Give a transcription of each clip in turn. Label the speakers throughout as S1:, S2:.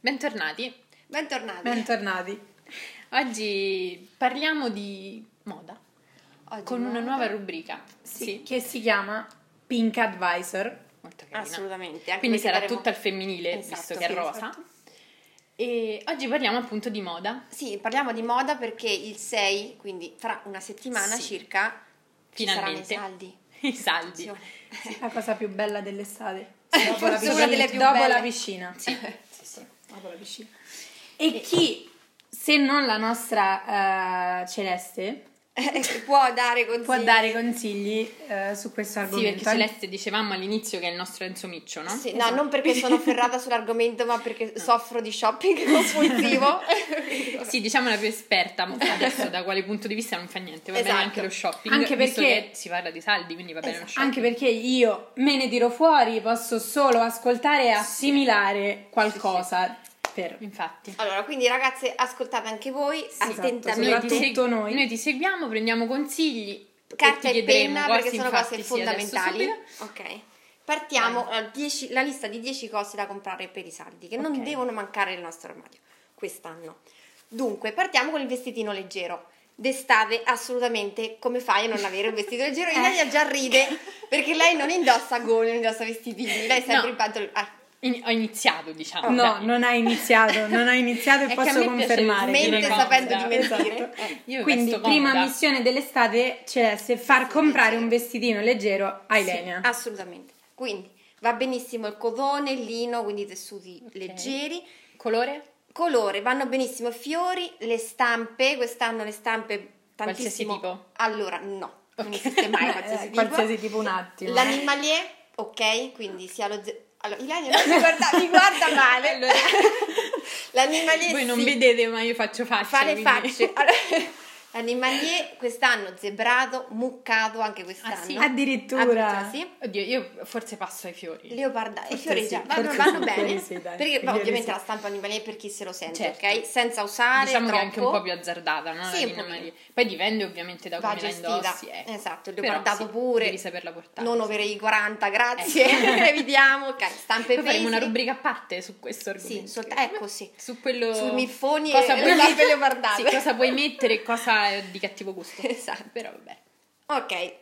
S1: Bentornati.
S2: Bentornati.
S3: Bentornati.
S1: Oggi parliamo di moda
S2: Oggi
S1: con una
S2: nuova-
S1: nuova rubrica. Sì.
S3: Che si chiama Pink Advisor.
S1: Molto carina.
S2: Assolutamente. anche
S1: Quindi
S2: perché
S1: sarà
S2: faremo-
S1: tutta al femminile,
S2: Esatto,
S1: visto che
S2: sì,
S1: è rosa.
S2: esatto.
S1: E oggi parliamo appunto di moda.
S2: Sì, parliamo di moda perché il 6, quindi fra una settimana
S1: Sì.
S2: circa, ci saranno i
S1: Finalmente.
S2: saldi.
S1: I saldi.
S2: Sì.
S3: La cosa più bella dell'estate.
S2: Forse una
S3: piscina.
S2: delle più
S3: dopo
S2: belle.
S3: la piscina.
S1: Sì.
S3: Dopo la piscina. E chi, se non la nostra eh, Celeste,
S2: Eh, Può dare consigli.
S3: può dare consigli eh, su questo
S1: Sì,
S3: argomento.
S1: perché Celeste dicevamo all'inizio che è il nostro Enzo Miccio, no? Esatto.
S2: Sì, no, non perché sono ferrata sull'argomento, ma perché soffro di shopping compulsivo.
S1: Sì, diciamo la più esperta, ma adesso da quale punto di vista non fa niente, va bene
S2: Esatto.
S1: anche lo shopping,
S3: Anche
S1: visto
S3: perché-
S1: che si parla di saldi, quindi va bene lo shopping.
S3: Anche perché io me ne tiro fuori, posso solo ascoltare e assimilare qualcosa per...
S1: Infatti.
S2: Allora, quindi ragazze, ascoltate anche voi
S3: esatto,
S1: Noi ti,
S2: attentamente.
S3: soprattutto
S1: seg-
S3: noi.
S1: noi ti seguiamo, prendiamo consigli,
S2: Carta
S1: ti
S2: e
S1: chiederemo
S2: penna
S1: cose,
S2: perché sono
S1: infatti,
S2: cose
S1: sì, adesso
S2: fondamentali.
S1: subito.
S2: Ok. Partiamo allora, 10 la lista di 10 cose da comprare per i saldi che non
S1: Ok.
S2: devono mancare nel nostro armadio quest'anno. Dunque, partiamo con il vestitino leggero. D'estate assolutamente come fai a non avere un vestito leggero? Ilaria già ride perché lei non indossa gole, non indossa vestitini, lei è sempre
S1: No.
S2: in pantaloni. Ah,
S1: In- ho iniziato, diciamo.
S3: No,
S1: dai.
S3: non ha iniziato, non ha iniziato
S1: È che
S3: e
S1: a
S3: posso
S1: me piace
S3: confermare.
S1: dire
S2: mente
S1: comoda.
S2: sapendo di mentire.
S3: Esatto.
S2: Eh,
S1: Io
S3: Quindi,
S1: resto
S3: prima
S1: comoda.
S3: missione dell'estate, Celeste, far comprare un vestitino leggero a
S2: sì,
S3: Ilenia.
S2: assolutamente. Quindi va benissimo il cotone, il lino, quindi tessuti leggeri.
S1: Colore?
S2: colore, vanno benissimo fiori, le stampe, quest'anno le stampe tantissimo.
S1: Qualsiasi tipo?
S2: Allora, no, non esiste mai
S3: Eh,
S2: Ah, qualsiasi tipo.
S3: qualsiasi tipo un attimo.
S2: L'animalier, ok, quindi sia lo ze- Allora, Ilaria non mi guarda, mi guarda male.
S1: Allora-
S2: L'animalier
S1: Voi non
S2: sì,
S1: vedete, ma io faccio facce.
S2: fa le
S1: quindi-
S2: facce. Allora, l'animalier quest'anno zebrato, muccato anche quest'anno.
S1: Ah, sì?
S3: Addirittura.
S2: Addirittura, sì.
S1: Oddio, io forse passo ai fiori.
S2: Leoparda e
S3: Forse
S2: fiori
S3: sì,
S2: già vanno,
S3: forse
S2: vanno
S3: sì,
S2: bene
S3: quelli sì, dai,
S2: perché ma
S3: quelli
S2: ovviamente
S3: sì.
S2: la stampa animalier per chi se lo sente,
S1: Certo.
S2: ok? Senza usare
S1: diciamo che è
S2: troppo.
S1: anche un po' più azzardata, no?
S2: Sì,
S1: la
S2: un
S1: Lina
S2: po'
S1: Maria. Poi dipende ovviamente da
S2: va
S1: come la
S2: gestita.
S1: indossi. Ecco.
S2: Esatto, il
S1: Però
S2: leopardato
S1: sì,
S2: pure.
S1: Devi saperla portare.
S2: Non over i 40, grazie. Evitiamo. Ok, stampe
S1: Poi faremo una
S2: basic.
S1: rubrica a parte su questo
S2: Sì,
S1: argomento.
S2: solt- ecco sì.
S1: Su quello...
S2: Sui miffoni
S1: cosa
S2: e
S1: puoi-
S2: le stampe leopardate.
S1: Sì, cosa puoi mettere e cosa è di cattivo gusto.
S2: Esatto.
S1: Però vabbè.
S2: Ok.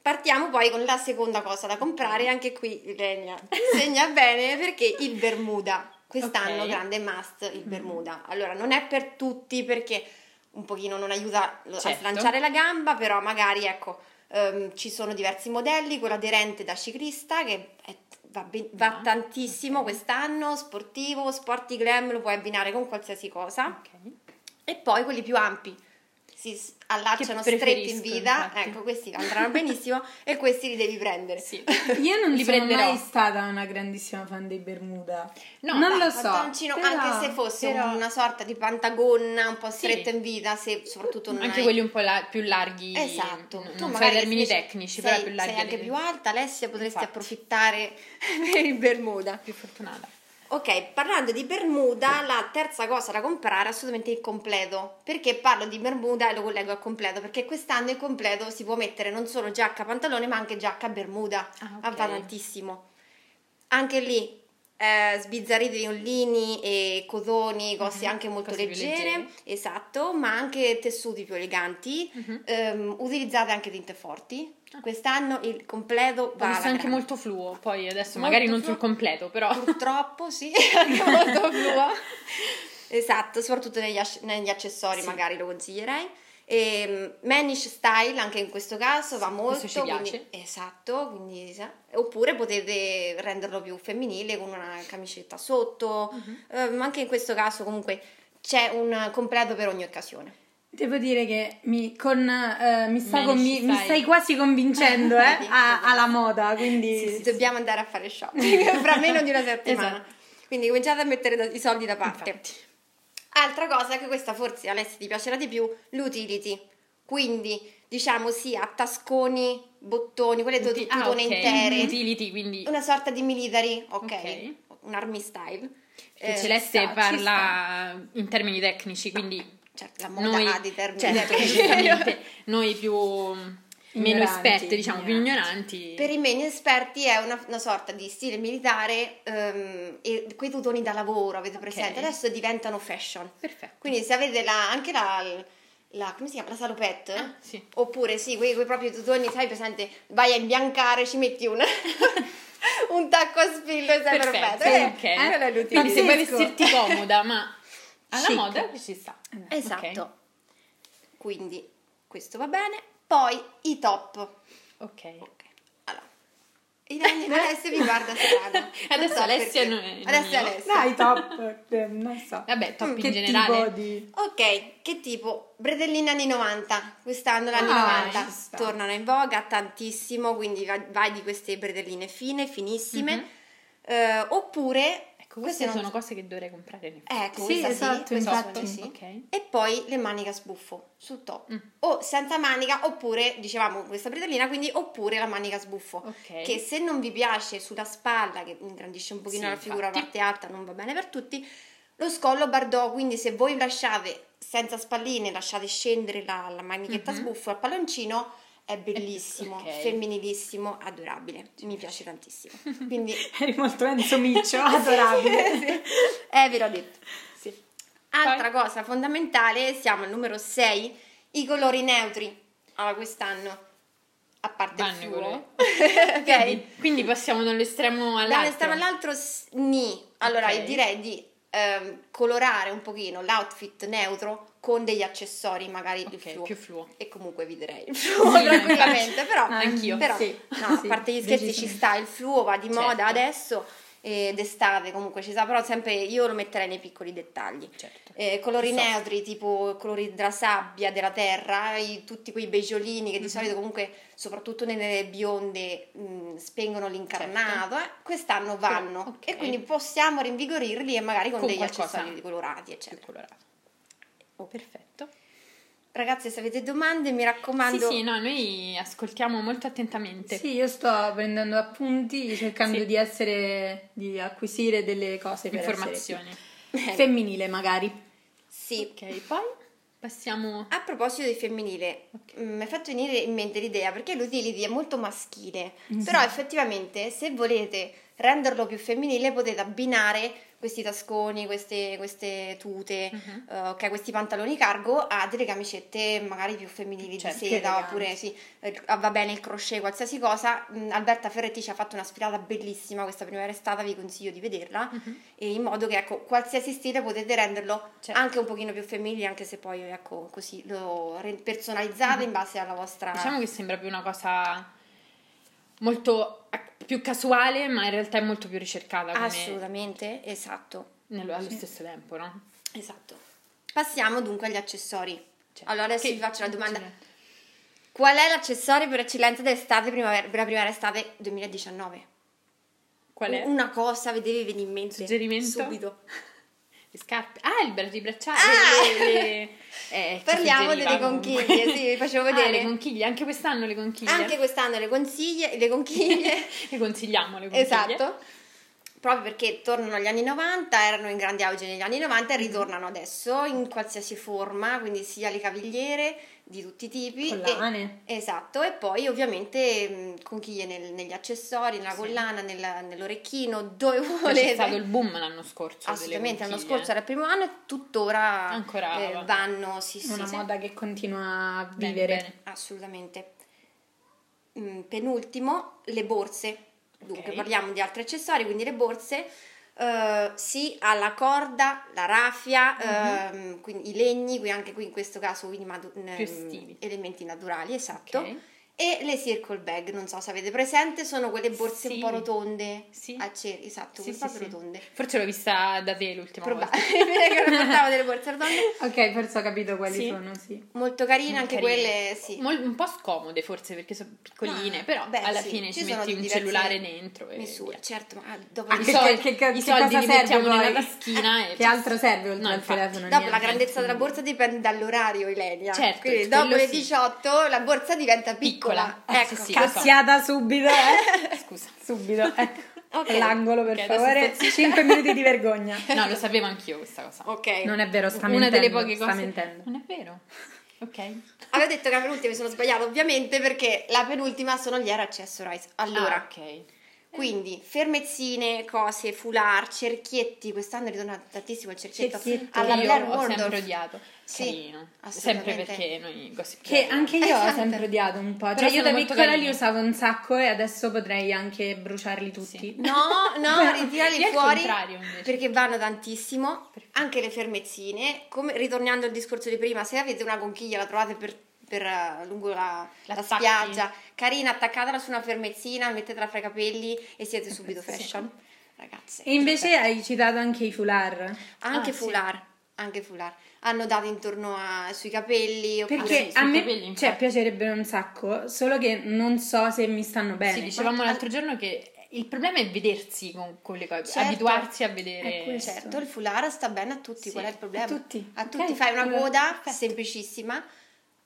S2: Partiamo poi con la seconda cosa da comprare, anche qui Ilenia segna bene perché il Bermuda, quest'anno
S1: Ok. Mm-hmm.
S2: grande must il Bermuda. Allora non è per tutti perché un pochino non aiuta lo- a
S1: Certo.
S2: slanciare la gamba, però magari ecco ehm, ci sono diversi modelli, quello aderente da ciclista che è- va, ben- va
S1: Ah,
S2: tantissimo
S1: ok.
S2: quest'anno, sportivo, sporty glam, lo puoi abbinare con qualsiasi cosa
S1: Ah, Ok.
S2: e poi quelli più ampi si s- allacciano
S1: Che
S2: stretti in
S1: preferisco,
S2: vita
S1: infatti.
S2: ecco questi andranno benissimo e questi li devi prendere
S1: Sì.
S3: Io non
S1: Li
S3: sono
S1: prenderò.
S3: mai stata una grandissima fan dei Bermuda.
S1: No,
S3: non
S1: dai,
S3: lo so.
S2: Ah, Pantaloncino,
S3: però-
S2: anche se fosse
S1: però-
S2: una sorta di pantagonna un po'
S1: Sì.
S2: stretta in vita se soprattutto non
S1: Anche
S2: hai-
S1: quelli un po' la- più larghi.
S2: esatto
S1: n-
S2: Tu
S1: Non so i
S2: magari
S1: termini
S2: invece
S1: tecnici,
S2: sei,
S1: però più larghi.
S2: sei anche
S1: delle-
S2: più alta Alessia potresti
S1: Infatti.
S2: approfittare per il Bermuda
S1: più fortunata.
S2: Ok, parlando di Bermuda, la terza cosa da comprare è assolutamente il completo. Perché parlo di Bermuda e lo collego al completo? Perché quest'anno il completo si può mettere non solo giacca pantalone, ma anche giacca Bermuda.
S1: Ah, ok.
S2: Ah, Va tantissimo. Anche lì eh, sbizzarrite viollini e cotoni, cose
S1: Mhm,
S2: anche molto
S1: cose più
S2: leggere,
S1: leggere.
S2: esatto, ma anche tessuti più eleganti.
S1: Mhm.
S2: Ehm, utilizzate anche tinte forti. Quest'anno il completo
S1: Ah. Ho
S2: va
S1: visto
S2: alla
S1: anche
S2: grande.
S1: molto fluo, poi adesso
S2: Molto
S1: magari non
S2: fluo.
S1: sul completo, però
S2: Purtroppo sì, anche molto fluo. Esatto, soprattutto negli, asc- negli accessori
S1: Sì.
S2: magari lo consiglierei. E, mm, Manish Style anche in questo caso va molto
S1: questo ci piace.
S2: quindi- esatto quindi, sa- oppure potete renderlo più femminile con una camicetta sotto Eh, ma anche in questo caso comunque c'è un completo per ogni occasione
S3: Devo dire che mi, con, eh, mi, sta
S1: Manish
S3: con- mi- mi
S1: style.
S3: stai quasi convincendo eh,
S2: Vedi?
S3: a- alla moda, quindi
S2: Sì, sì, dobbiamo andare a fare shopping fra meno di una settimana.
S1: Esatto.
S2: Quindi cominciate a mettere da- i soldi da parte. Altra cosa che questa forse Alessia ti piacerà di più, l'utility. Quindi diciamo sì a tasconi, bottoni, quelle tut-
S1: Uti- ah,
S2: tutone
S1: ok,
S2: intere.
S1: Utility, quindi
S2: Una sorta di military, ok.
S1: Ok.
S2: Un army style.
S1: che
S2: Eh,
S1: Celeste
S2: sta- ci sta.
S1: parla in termini tecnici, quindi
S2: Certo, la moda
S1: noi,
S2: ha dei termini
S1: certo,
S2: tecnici.
S1: giustamente, noi più meno
S3: Ignoranti,
S1: esperte, diciamo, più
S3: ignoranti.
S1: ignoranti.
S2: Per i meno esperti è una, una sorta di stile militare ehm, e quei tutoni da lavoro, avete presente? Adesso diventano fashion.
S1: Perfetto.
S2: Quindi se avete la- anche la, la- come si chiama? La salopette?
S1: Ah, sì.
S2: Oppure sì, quei, quei propri tutoni, sai presente, vai a imbiancare, ci metti un, un tacco a spillo e sei perfetto.
S1: Perfetto,
S2: Eh,
S1: ok.
S2: quello è l'utile.
S1: Quindi se vuoi
S2: Pazzesco.
S1: vestirti comoda, ma alla
S2: Chic.
S1: moda ci sta.
S2: Esatto.
S1: Ok.
S2: Quindi questo va bene. Poi i top.
S1: Ok.
S2: Allora, in ogni- Alessia mi guarda strano.
S1: Adesso
S2: Non so
S1: Alessia
S2: perché.
S1: non è- non
S2: Adesso
S1: io.
S2: Alessia.
S3: Dai, top, eh, non so.
S1: Vabbè,
S2: Mm,
S1: top in
S3: che
S1: generale.
S3: tipo di...
S2: Ok, che tipo? Bretellina anni 90, quest'anno l'anni
S3: Ah,
S2: 90
S3: ci sta.
S2: tornano in voga tantissimo, quindi va- vai di queste bretelline fine, finissime.
S1: Mhm.
S2: Eh, oppure...
S1: Ecco, queste
S2: non-
S1: sono cose che dovrei comprare nel
S2: Ecco,
S3: Sì,
S2: questa
S3: esatto,
S2: questa
S3: infatti.
S2: sì.
S1: Ok.
S2: E poi le maniche a sbuffo sul top.
S1: Mm.
S2: O senza manica, oppure, dicevamo, questa bretellina, quindi oppure la manica a sbuffo.
S1: Ok.
S2: Che se non vi piace sulla spalla, che ingrandisce un pochino
S1: Sì,
S2: la figura,
S1: infatti.
S2: parte alta, non va bene per tutti, lo scollo bardò, quindi se voi lasciate senza spalline, lasciate scendere la, la manichetta
S1: Mhm. Eh,
S2: sbuffo al palloncino, è bellissimo,
S1: ok.
S2: femminilissimo, adorabile. Mi piace tantissimo. Quindi...
S3: Eri molto Enzo Miccio, adorabile.
S2: Sì, sì. Eh, ve l'ho detto.
S1: Sì.
S2: Altra cosa fondamentale, siamo al numero 6, i colori neutri. Allora, quest'anno, a parte
S1: Vanno i
S2: il
S1: colori.
S2: fluo, ok?
S1: Quindi, quindi passiamo dall'estremo all'altro.
S2: Dall'estremo all'altro, s- ni. Allora,
S1: Ok.
S2: io direi di ehm, colorare un pochino l'outfit neutro con degli accessori, magari il
S1: Ok,
S2: fluo.
S1: più fluo.
S2: E comunque vi direi il fluo
S1: Sì,
S2: tranquillamente, però...
S1: Anch'io.
S2: Però,
S3: Sì,
S2: no, a
S3: sì,
S2: parte gli scherzi ci
S3: decisamente.
S2: sta, il fluo va di moda
S1: Certo.
S2: adesso e d'estate comunque ci sta, però sempre io lo metterei nei piccoli dettagli.
S1: Certo.
S2: Eh, colori
S1: Soft.
S2: neutri, tipo colori della sabbia, della terra, i- tutti quei beggiolini
S1: Mhm.
S2: che di solito comunque, soprattutto nelle bionde, mh, spengono l'incarnato, eh, quest'anno vanno.
S1: Certo. ok.
S2: E quindi possiamo rinvigorirli e magari con,
S1: Con
S2: degli
S1: qualcosa.
S2: accessori colorati, eccetera.
S1: Più colorato.
S2: Oh,
S1: Perfetto.
S2: Ragazzi, se avete domande, mi raccomando...
S1: Sì, sì, no, noi ascoltiamo molto attentamente.
S3: Sì, io sto prendendo appunti, cercando
S1: Sì.
S3: di essere, di acquisire delle cose per essere
S1: Informazioni.
S3: più femminile magari.
S2: Sì.
S1: Ok, poi passiamo...
S2: A proposito di femminile,
S1: Ok.
S2: mh, mi è fatto venire in mente l'idea perché l'utility è molto maschile, però effettivamente se volete renderlo più femminile potete abbinare questi tasconi, queste, queste tute,
S1: Mhm.
S2: eh, ok, questi pantaloni cargo a delle camicette magari più femminili
S1: Certo,
S2: di
S3: più
S2: seta
S3: eleganti.
S2: oppure sì, eh, ah, va bene il crochet, qualsiasi cosa. Mh, Alberta Ferretti ci ha fatto una sfilata bellissima questa primavera estate, vi consiglio di vederla
S1: Mhm.
S2: e in modo che ecco qualsiasi stile potete renderlo
S1: Certo.
S2: anche un pochino più femminile anche se poi ecco così lo re- personalizzate in base alla vostra
S1: Mhm. Diciamo che sembra più una cosa molto a- più casuale, ma in realtà è molto più ricercata come-
S2: assolutamente esatto
S1: nello- allo stesso tempo, no?
S2: esatto passiamo dunque agli accessori
S1: Cioè,
S2: allora adesso
S1: che-
S2: vi faccio la domanda qual è l'accessorio per eccellenza d'estate primavera, per la primavera estate 2019
S1: Qual è?
S2: una cosa vi deve venire in mente
S1: Suggerimento?
S2: subito
S1: Le scarpe. Ah, il bel bracciale.
S2: Ah!
S1: le- le- eh, ci
S2: parliamo
S1: suggeriva
S2: delle
S1: comunque.
S2: conchiglie sì vi facevo
S1: Ah, le
S2: vedere
S1: conchiglie, anche quest'anno le conchiglie.
S2: anche quest'anno le consiglie le conchiglie
S1: Le consigliamo le conchiglie.
S2: Esatto. Proprio perché tornano agli anni 90, erano in grande auge negli anni 90
S1: Mm-hmm.
S2: e ritornano adesso in qualsiasi forma, quindi sia le cavigliere di tutti i tipi. e-
S3: Collane.
S2: esatto, e poi ovviamente mh, conchiglie nel- negli accessori, nella
S1: Sì.
S2: collana, nella- nell'orecchino, dove
S1: Poi
S2: volete.
S1: c'è stato il boom l'anno scorso. Cioè, delle
S2: Assolutamente, l'anno
S1: conchiglie.
S2: scorso era il primo anno e tuttora
S1: Ancora
S2: eh,
S1: va.
S2: vanno, sì, sì,
S3: Una
S2: sì.
S3: moda che continua a
S1: Bene,
S3: vivere.
S1: bene.
S2: Assolutamente. Mm, penultimo, le borse. Dunque,
S1: Ok.
S2: parliamo di altri accessori, quindi le borse. eh, sì, alla corda, la raffia,
S1: Mhm.
S2: ehm, quindi i legni, qui anche qui in questo caso quindi madu- ehm,
S1: estivi.
S2: elementi naturali, esatto.
S1: Ok.
S2: E le circle bag, non so se avete presente, sono quelle borse un
S1: Sì.
S2: po' rotonde,
S1: Sì.
S2: a cer- esatto,
S1: Sì, sì,
S2: quelle proprio
S1: sì.
S2: rotonde.
S1: Forse l'ho vista da te l'ultima volta.
S2: Probabilmente che non portavo delle borse rotonde.
S3: Ok, forse ho capito quali
S1: Sì.
S3: sono, sì.
S2: Molto carine, anche
S1: Carine.
S2: quelle, sì.
S1: Mol- un po' scomode forse perché sono piccoline,
S2: Ma-
S1: però
S2: beh,
S1: alla
S2: sì,
S1: fine ci,
S2: ci sono
S1: metti un
S2: diverse
S1: cellulare dentro e
S2: Misure,
S1: via.
S2: certo, ma ah, dopo
S3: Ah,
S1: I
S3: che-
S1: soldi,
S3: che- che-
S1: i
S3: che
S1: soldi
S3: cosa
S1: li
S3: serve
S1: mettiamo
S3: poi?
S1: nella taschina e
S3: Che altro serve oltre
S1: No,
S3: al
S1: infatti.
S3: telefono?
S2: Dopo la
S3: niente.
S2: grandezza della borsa dipende dall'orario, Ilenia.
S1: Certo,
S2: Quindi
S1: quello
S2: dopo le
S1: sì.
S2: 18 la borsa diventa piccola.
S1: Piccola. Eh,
S2: Ecco,
S1: sì, sì.
S2: cazzo.
S3: Cazziata subito, eh?
S1: Scusa.
S3: subito, ecco.
S2: Ok.
S3: L'angolo, per
S1: Ok, adesso
S3: favore.
S1: sto zitta.
S3: 5 minuti di vergogna.
S1: No, lo sapevo anch'io questa cosa.
S2: Ok.
S3: Non è vero, sta
S1: Una delle
S3: mentendo,
S1: poche
S3: sta
S1: cose.
S3: mentendo.
S1: Non è vero. Ok.
S2: Avevo detto che la penultima mi sono sbagliata, ovviamente, perché la penultima sono gli air accessorize. Allora,
S1: Ah, ok.
S2: quindi fermezzine, cose, foulard, cerchietti. Quest'anno è ritornato tantissimo il cerchietto,
S3: Cerchietto.
S2: alla
S1: Io
S2: Blair
S1: ho sempre
S2: Waldorf.
S1: odiato.
S2: Sì,
S1: Carino. Sempre
S2: assolutamente.
S1: perché noi gossip
S3: Che anche io ho
S2: Esatto.
S3: sempre odiato un po'.
S1: Però
S3: Cioè, io da
S1: sono molto
S3: piccola li
S1: carini.
S3: usavo un sacco e adesso potrei anche bruciarli tutti.
S1: Sì.
S2: No, no, ritirali
S1: Io al
S2: fuori
S1: contrario, invece.
S2: perché vanno tantissimo. Anche le fermezzine, come, ritornando al discorso di prima, se avete una conchiglia la trovate per, per, eh, lungo la,
S1: La
S2: la
S1: attacchi.
S2: spiaggia, carina, attaccatela su una fermezzina, mettetela fra i capelli e siete subito
S1: Sì.
S2: fashion. Ragazze.
S3: E invece hai citato anche i foulard.
S2: anche
S1: Ah, sì.
S2: foulard, anche foulard. Hanno dato intorno a- sui capelli oppure
S3: Perché
S1: sì, sui
S3: a me
S1: capelli, infatti.
S3: cioè, piacerebbero un sacco, solo che non so se mi stanno bene.
S1: Sì, dicevamo l'altro giorno che il problema è vedersi con, con le cose,
S2: Certo.
S1: abituarsi a vedere.
S3: È questo.
S2: Certo, il foulard sta bene a tutti,
S1: Sì,
S2: qual è il problema?
S3: a tutti.
S2: A
S3: Ok,
S2: tutti, fai una
S3: allora,
S2: coda semplicissima,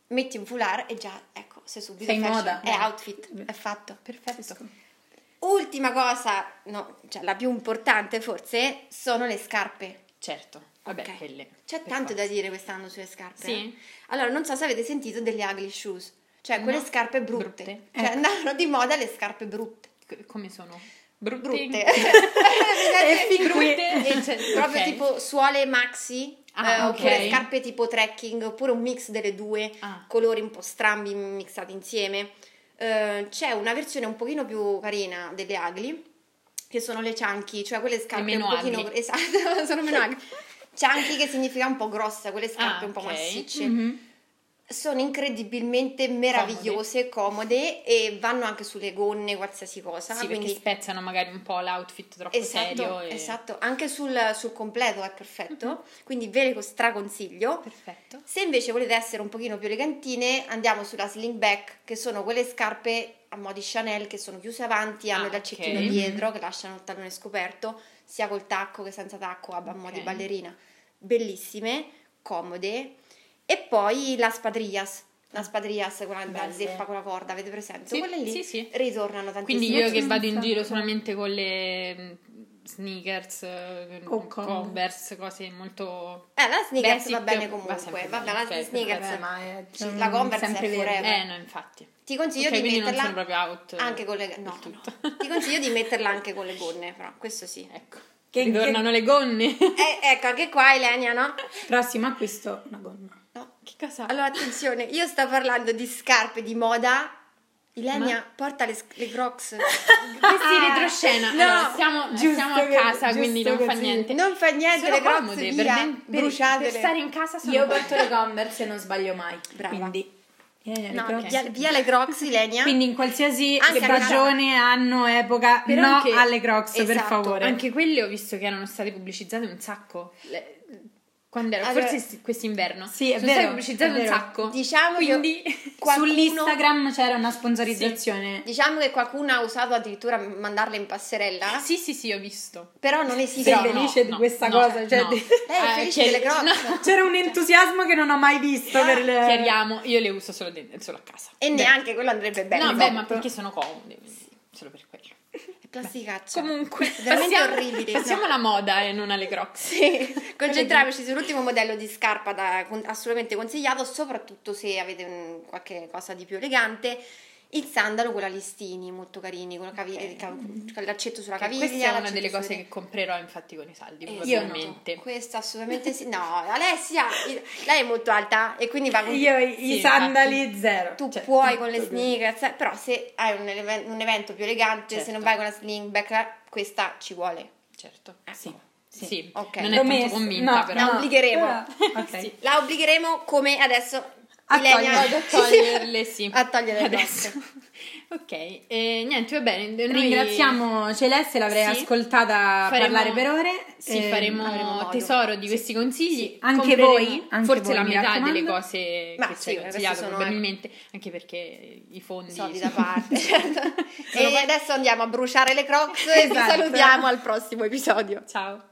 S2: metti un foulard e già, ecco, sei subito
S3: Sei in
S2: fashion,
S3: moda.
S2: È outfit, è fatto.
S1: Perfetto.
S2: Ultima cosa, no, cioè la più importante forse, sono le scarpe.
S1: Certo. Vabbè,
S2: Ok.
S1: quelle.
S2: C'è
S1: per
S2: tanto
S1: forza.
S2: da dire quest'anno sulle scarpe.
S1: Sì.
S2: eh? Allora, non so se avete sentito delle ugly shoes, cioè quelle
S1: No.
S2: scarpe brutte.
S1: Brutte. Ecco.
S2: Cioè andavano di moda le scarpe brutte.
S1: C- Come sono? Brutte.
S2: Brutte.
S3: E fin qui
S1: Brutte. Cioè,
S2: proprio
S1: ok.
S2: tipo suole maxi
S1: Ah,
S2: eh, oppure
S1: ok.
S2: scarpe tipo trekking oppure un mix delle due
S1: Ah.
S2: colori un po' strambi mixati insieme Eh, c'è una versione un pochino più carina delle agli che sono le chunky cioè quelle scarpe un
S1: meno
S2: pochino
S1: agli.
S2: esatto sono meno agli chunky che significa un po' grossa quelle scarpe
S1: Ah,
S2: un po'
S1: ok.
S2: massicce
S3: Mhm.
S2: sono incredibilmente meravigliose comode. e vanno anche sulle gonne qualsiasi cosa
S1: Sì,
S2: quindi
S1: perché spezzano magari un po' l'outfit troppo eh. serio.
S2: Esatto,
S1: e-
S2: esatto, anche sul, sul completo è perfetto,
S1: Mm-hmm.
S2: quindi ve le straconsiglio.
S1: Perfetto.
S2: Se invece volete essere un pochino più elegantine, andiamo sulla sling back, che sono quelle scarpe a mo' di Chanel che sono chiuse avanti, hanno
S1: Ah,
S2: il calcettino
S1: ok.
S2: dietro, che lasciano il tallone scoperto, sia col tacco che senza tacco, a mo' di
S1: Ok.
S2: ballerina. Bellissime, comode. E poi la spadrias, la spadrias, quella la
S1: Ah, Belle.
S2: zeppa con la corda, avete presente?
S1: Sì,
S2: quelle lì
S1: sì, sì.
S2: ritornano tantissimo.
S1: Quindi io che
S3: un
S1: vado in
S3: sacco.
S1: giro solamente con le mm, sneakers, eh,
S3: O
S1: converse, cose molto...
S2: Eh, la sneakers
S1: Basic
S2: va bene
S1: va
S2: comunque.
S1: sempre
S2: Vabbè,
S1: bene,
S2: la
S1: ok,
S2: sneakers
S3: Vabbè, ma è-
S2: Sì, la Converse
S3: sempre
S2: è
S3: vero.
S2: forever.
S1: Eh, no, infatti.
S2: ti consiglio
S1: Ok,
S2: di
S1: quindi non
S2: metterla
S1: sono proprio out. eh,
S2: anche con le no,
S1: del
S2: no.
S1: tutto.
S2: Ti consiglio di metterla anche con le gonne, però questo sì.
S1: Ecco. Che
S3: Che-
S1: ritornano le gonne.
S2: Eh, ecco, anche qua Elenia, no?
S3: Prossimo acquisto, una gonna.
S2: No.
S1: che cosa?
S2: Allora, attenzione, io sto parlando di scarpe di moda. Ilenia, porta le, le Crocs.
S1: questi
S2: Ah,
S1: retroscena.
S3: No,
S1: Allora, siamo,
S3: giusto
S1: siamo a
S3: che-
S1: casa,
S3: giusto
S1: quindi non fa
S3: così.
S1: niente.
S2: Non fa niente,
S1: sono
S2: le Crocs
S1: comode, per
S2: via,
S1: ben- per-
S2: bruciatele.
S1: Per stare in casa sono
S3: Io
S1: comode.
S3: porto le Converse e non sbaglio mai.
S2: Brava.
S3: Quindi, eh,
S2: No,
S3: ricordo.
S2: via, via le Crocs, Ilenia.
S3: Quindi in qualsiasi
S2: Anche a
S3: stagione, anno, epoca,
S1: Però
S3: no
S1: anche-
S3: alle Crocs, per
S2: Esatto,
S3: favore.
S1: Anche quelle ho visto che erano state pubblicizzate un sacco. Le- Quando era,
S2: Allora-
S1: forse s- quest'inverno.
S3: Sì, è
S1: sono
S3: vero,
S1: state pubblicizzate
S3: è
S1: un
S3: vero.
S1: sacco.
S2: Diciamo che
S1: quindi
S2: qualcuno-
S3: Sull'Instagram c'era una sponsorizzazione.
S2: Diciamo che qualcuno ha usato addirittura mandarle in passerella,
S1: Sì, sì, sì, ho visto.
S2: però non
S3: Sei
S2: esiste.
S1: Però no,
S3: felice di questa cosa, cioè di-
S2: Lei è
S1: Eh,
S2: felice
S1: chiar-
S2: delle Crocs.
S1: no,
S3: C'era un entusiasmo che non ho mai visto per le...
S1: Ah, chiariamo, io le uso solo, de- solo a casa.
S2: E neanche esatto. quello andrebbe bene.
S1: no, beh,
S2: no.
S1: ma perché sono comode, quindi solo per quello.
S2: È plasticaccia.
S1: Comunque,
S2: veramente
S1: passiamo,
S2: orribili,
S1: Passiamo
S2: no.
S1: alla moda e non alle Crocs.
S2: Sì, concentriamoci sull'ultimo modello di scarpa da- con- assolutamente consigliato, soprattutto se avete un- qualche cosa di più elegante. Il sandalo con la listini, molto carini, con la cavi-
S1: Ok.
S2: ca- ca- l'accetto sulla
S1: Che
S2: caviglia.
S1: Questa è una
S2: l'accetto
S1: delle
S2: sulle-
S1: cose che comprerò infatti con i saldi,
S2: Eh,
S1: probabilmente.
S2: sì, no, Questa assolutamente sì. No, Alessia, il- lei è molto alta e quindi va con
S3: Io i,
S1: Sì,
S3: i
S1: infatti.
S3: sandali zero.
S2: tu
S3: Cioè,
S2: puoi
S3: tutto
S2: con le
S3: così.
S2: sneakers, eh, però se hai un, eleven- un evento più elegante, se
S1: Certo.
S2: non vai con la sling back, questa ci vuole.
S1: Certo.
S2: Sì.
S1: Sì.
S2: Ok.
S1: Non è
S3: L'ho
S1: tanto
S3: messo-
S1: convinta,
S3: no,
S1: però.
S2: La obbligheremo.
S3: Però- ok.
S1: Sì.
S2: La obbligheremo come adesso
S3: A
S2: Ilenia-
S3: toglierle.
S1: A toglierle, sì.
S2: a toglierle
S1: Adesso. ok, e niente, va bene. noi
S3: Ringraziamo Celeste, l'avrei
S1: Sì.
S3: ascoltata
S1: faremo-
S3: parlare per ore.
S1: Sì,
S3: Eh,
S2: avremo modo.
S1: faremo tesoro di questi consigli.
S3: Sì, anche
S1: Compreremo
S3: voi, anche
S1: forse
S3: voi,
S1: la
S3: mi
S1: metà
S3: raccomando.
S1: delle cose
S2: Ma
S1: che
S2: sì,
S1: ci hai
S2: questi
S1: consigliato,
S2: sono-
S1: probabilmente, anche perché i fondi
S2: i soldi da
S1: sono-
S2: parte. e
S1: poi-
S2: adesso andiamo a bruciare le crocs e vi
S3: Esatto.
S2: salutiamo al prossimo episodio.
S1: Ciao.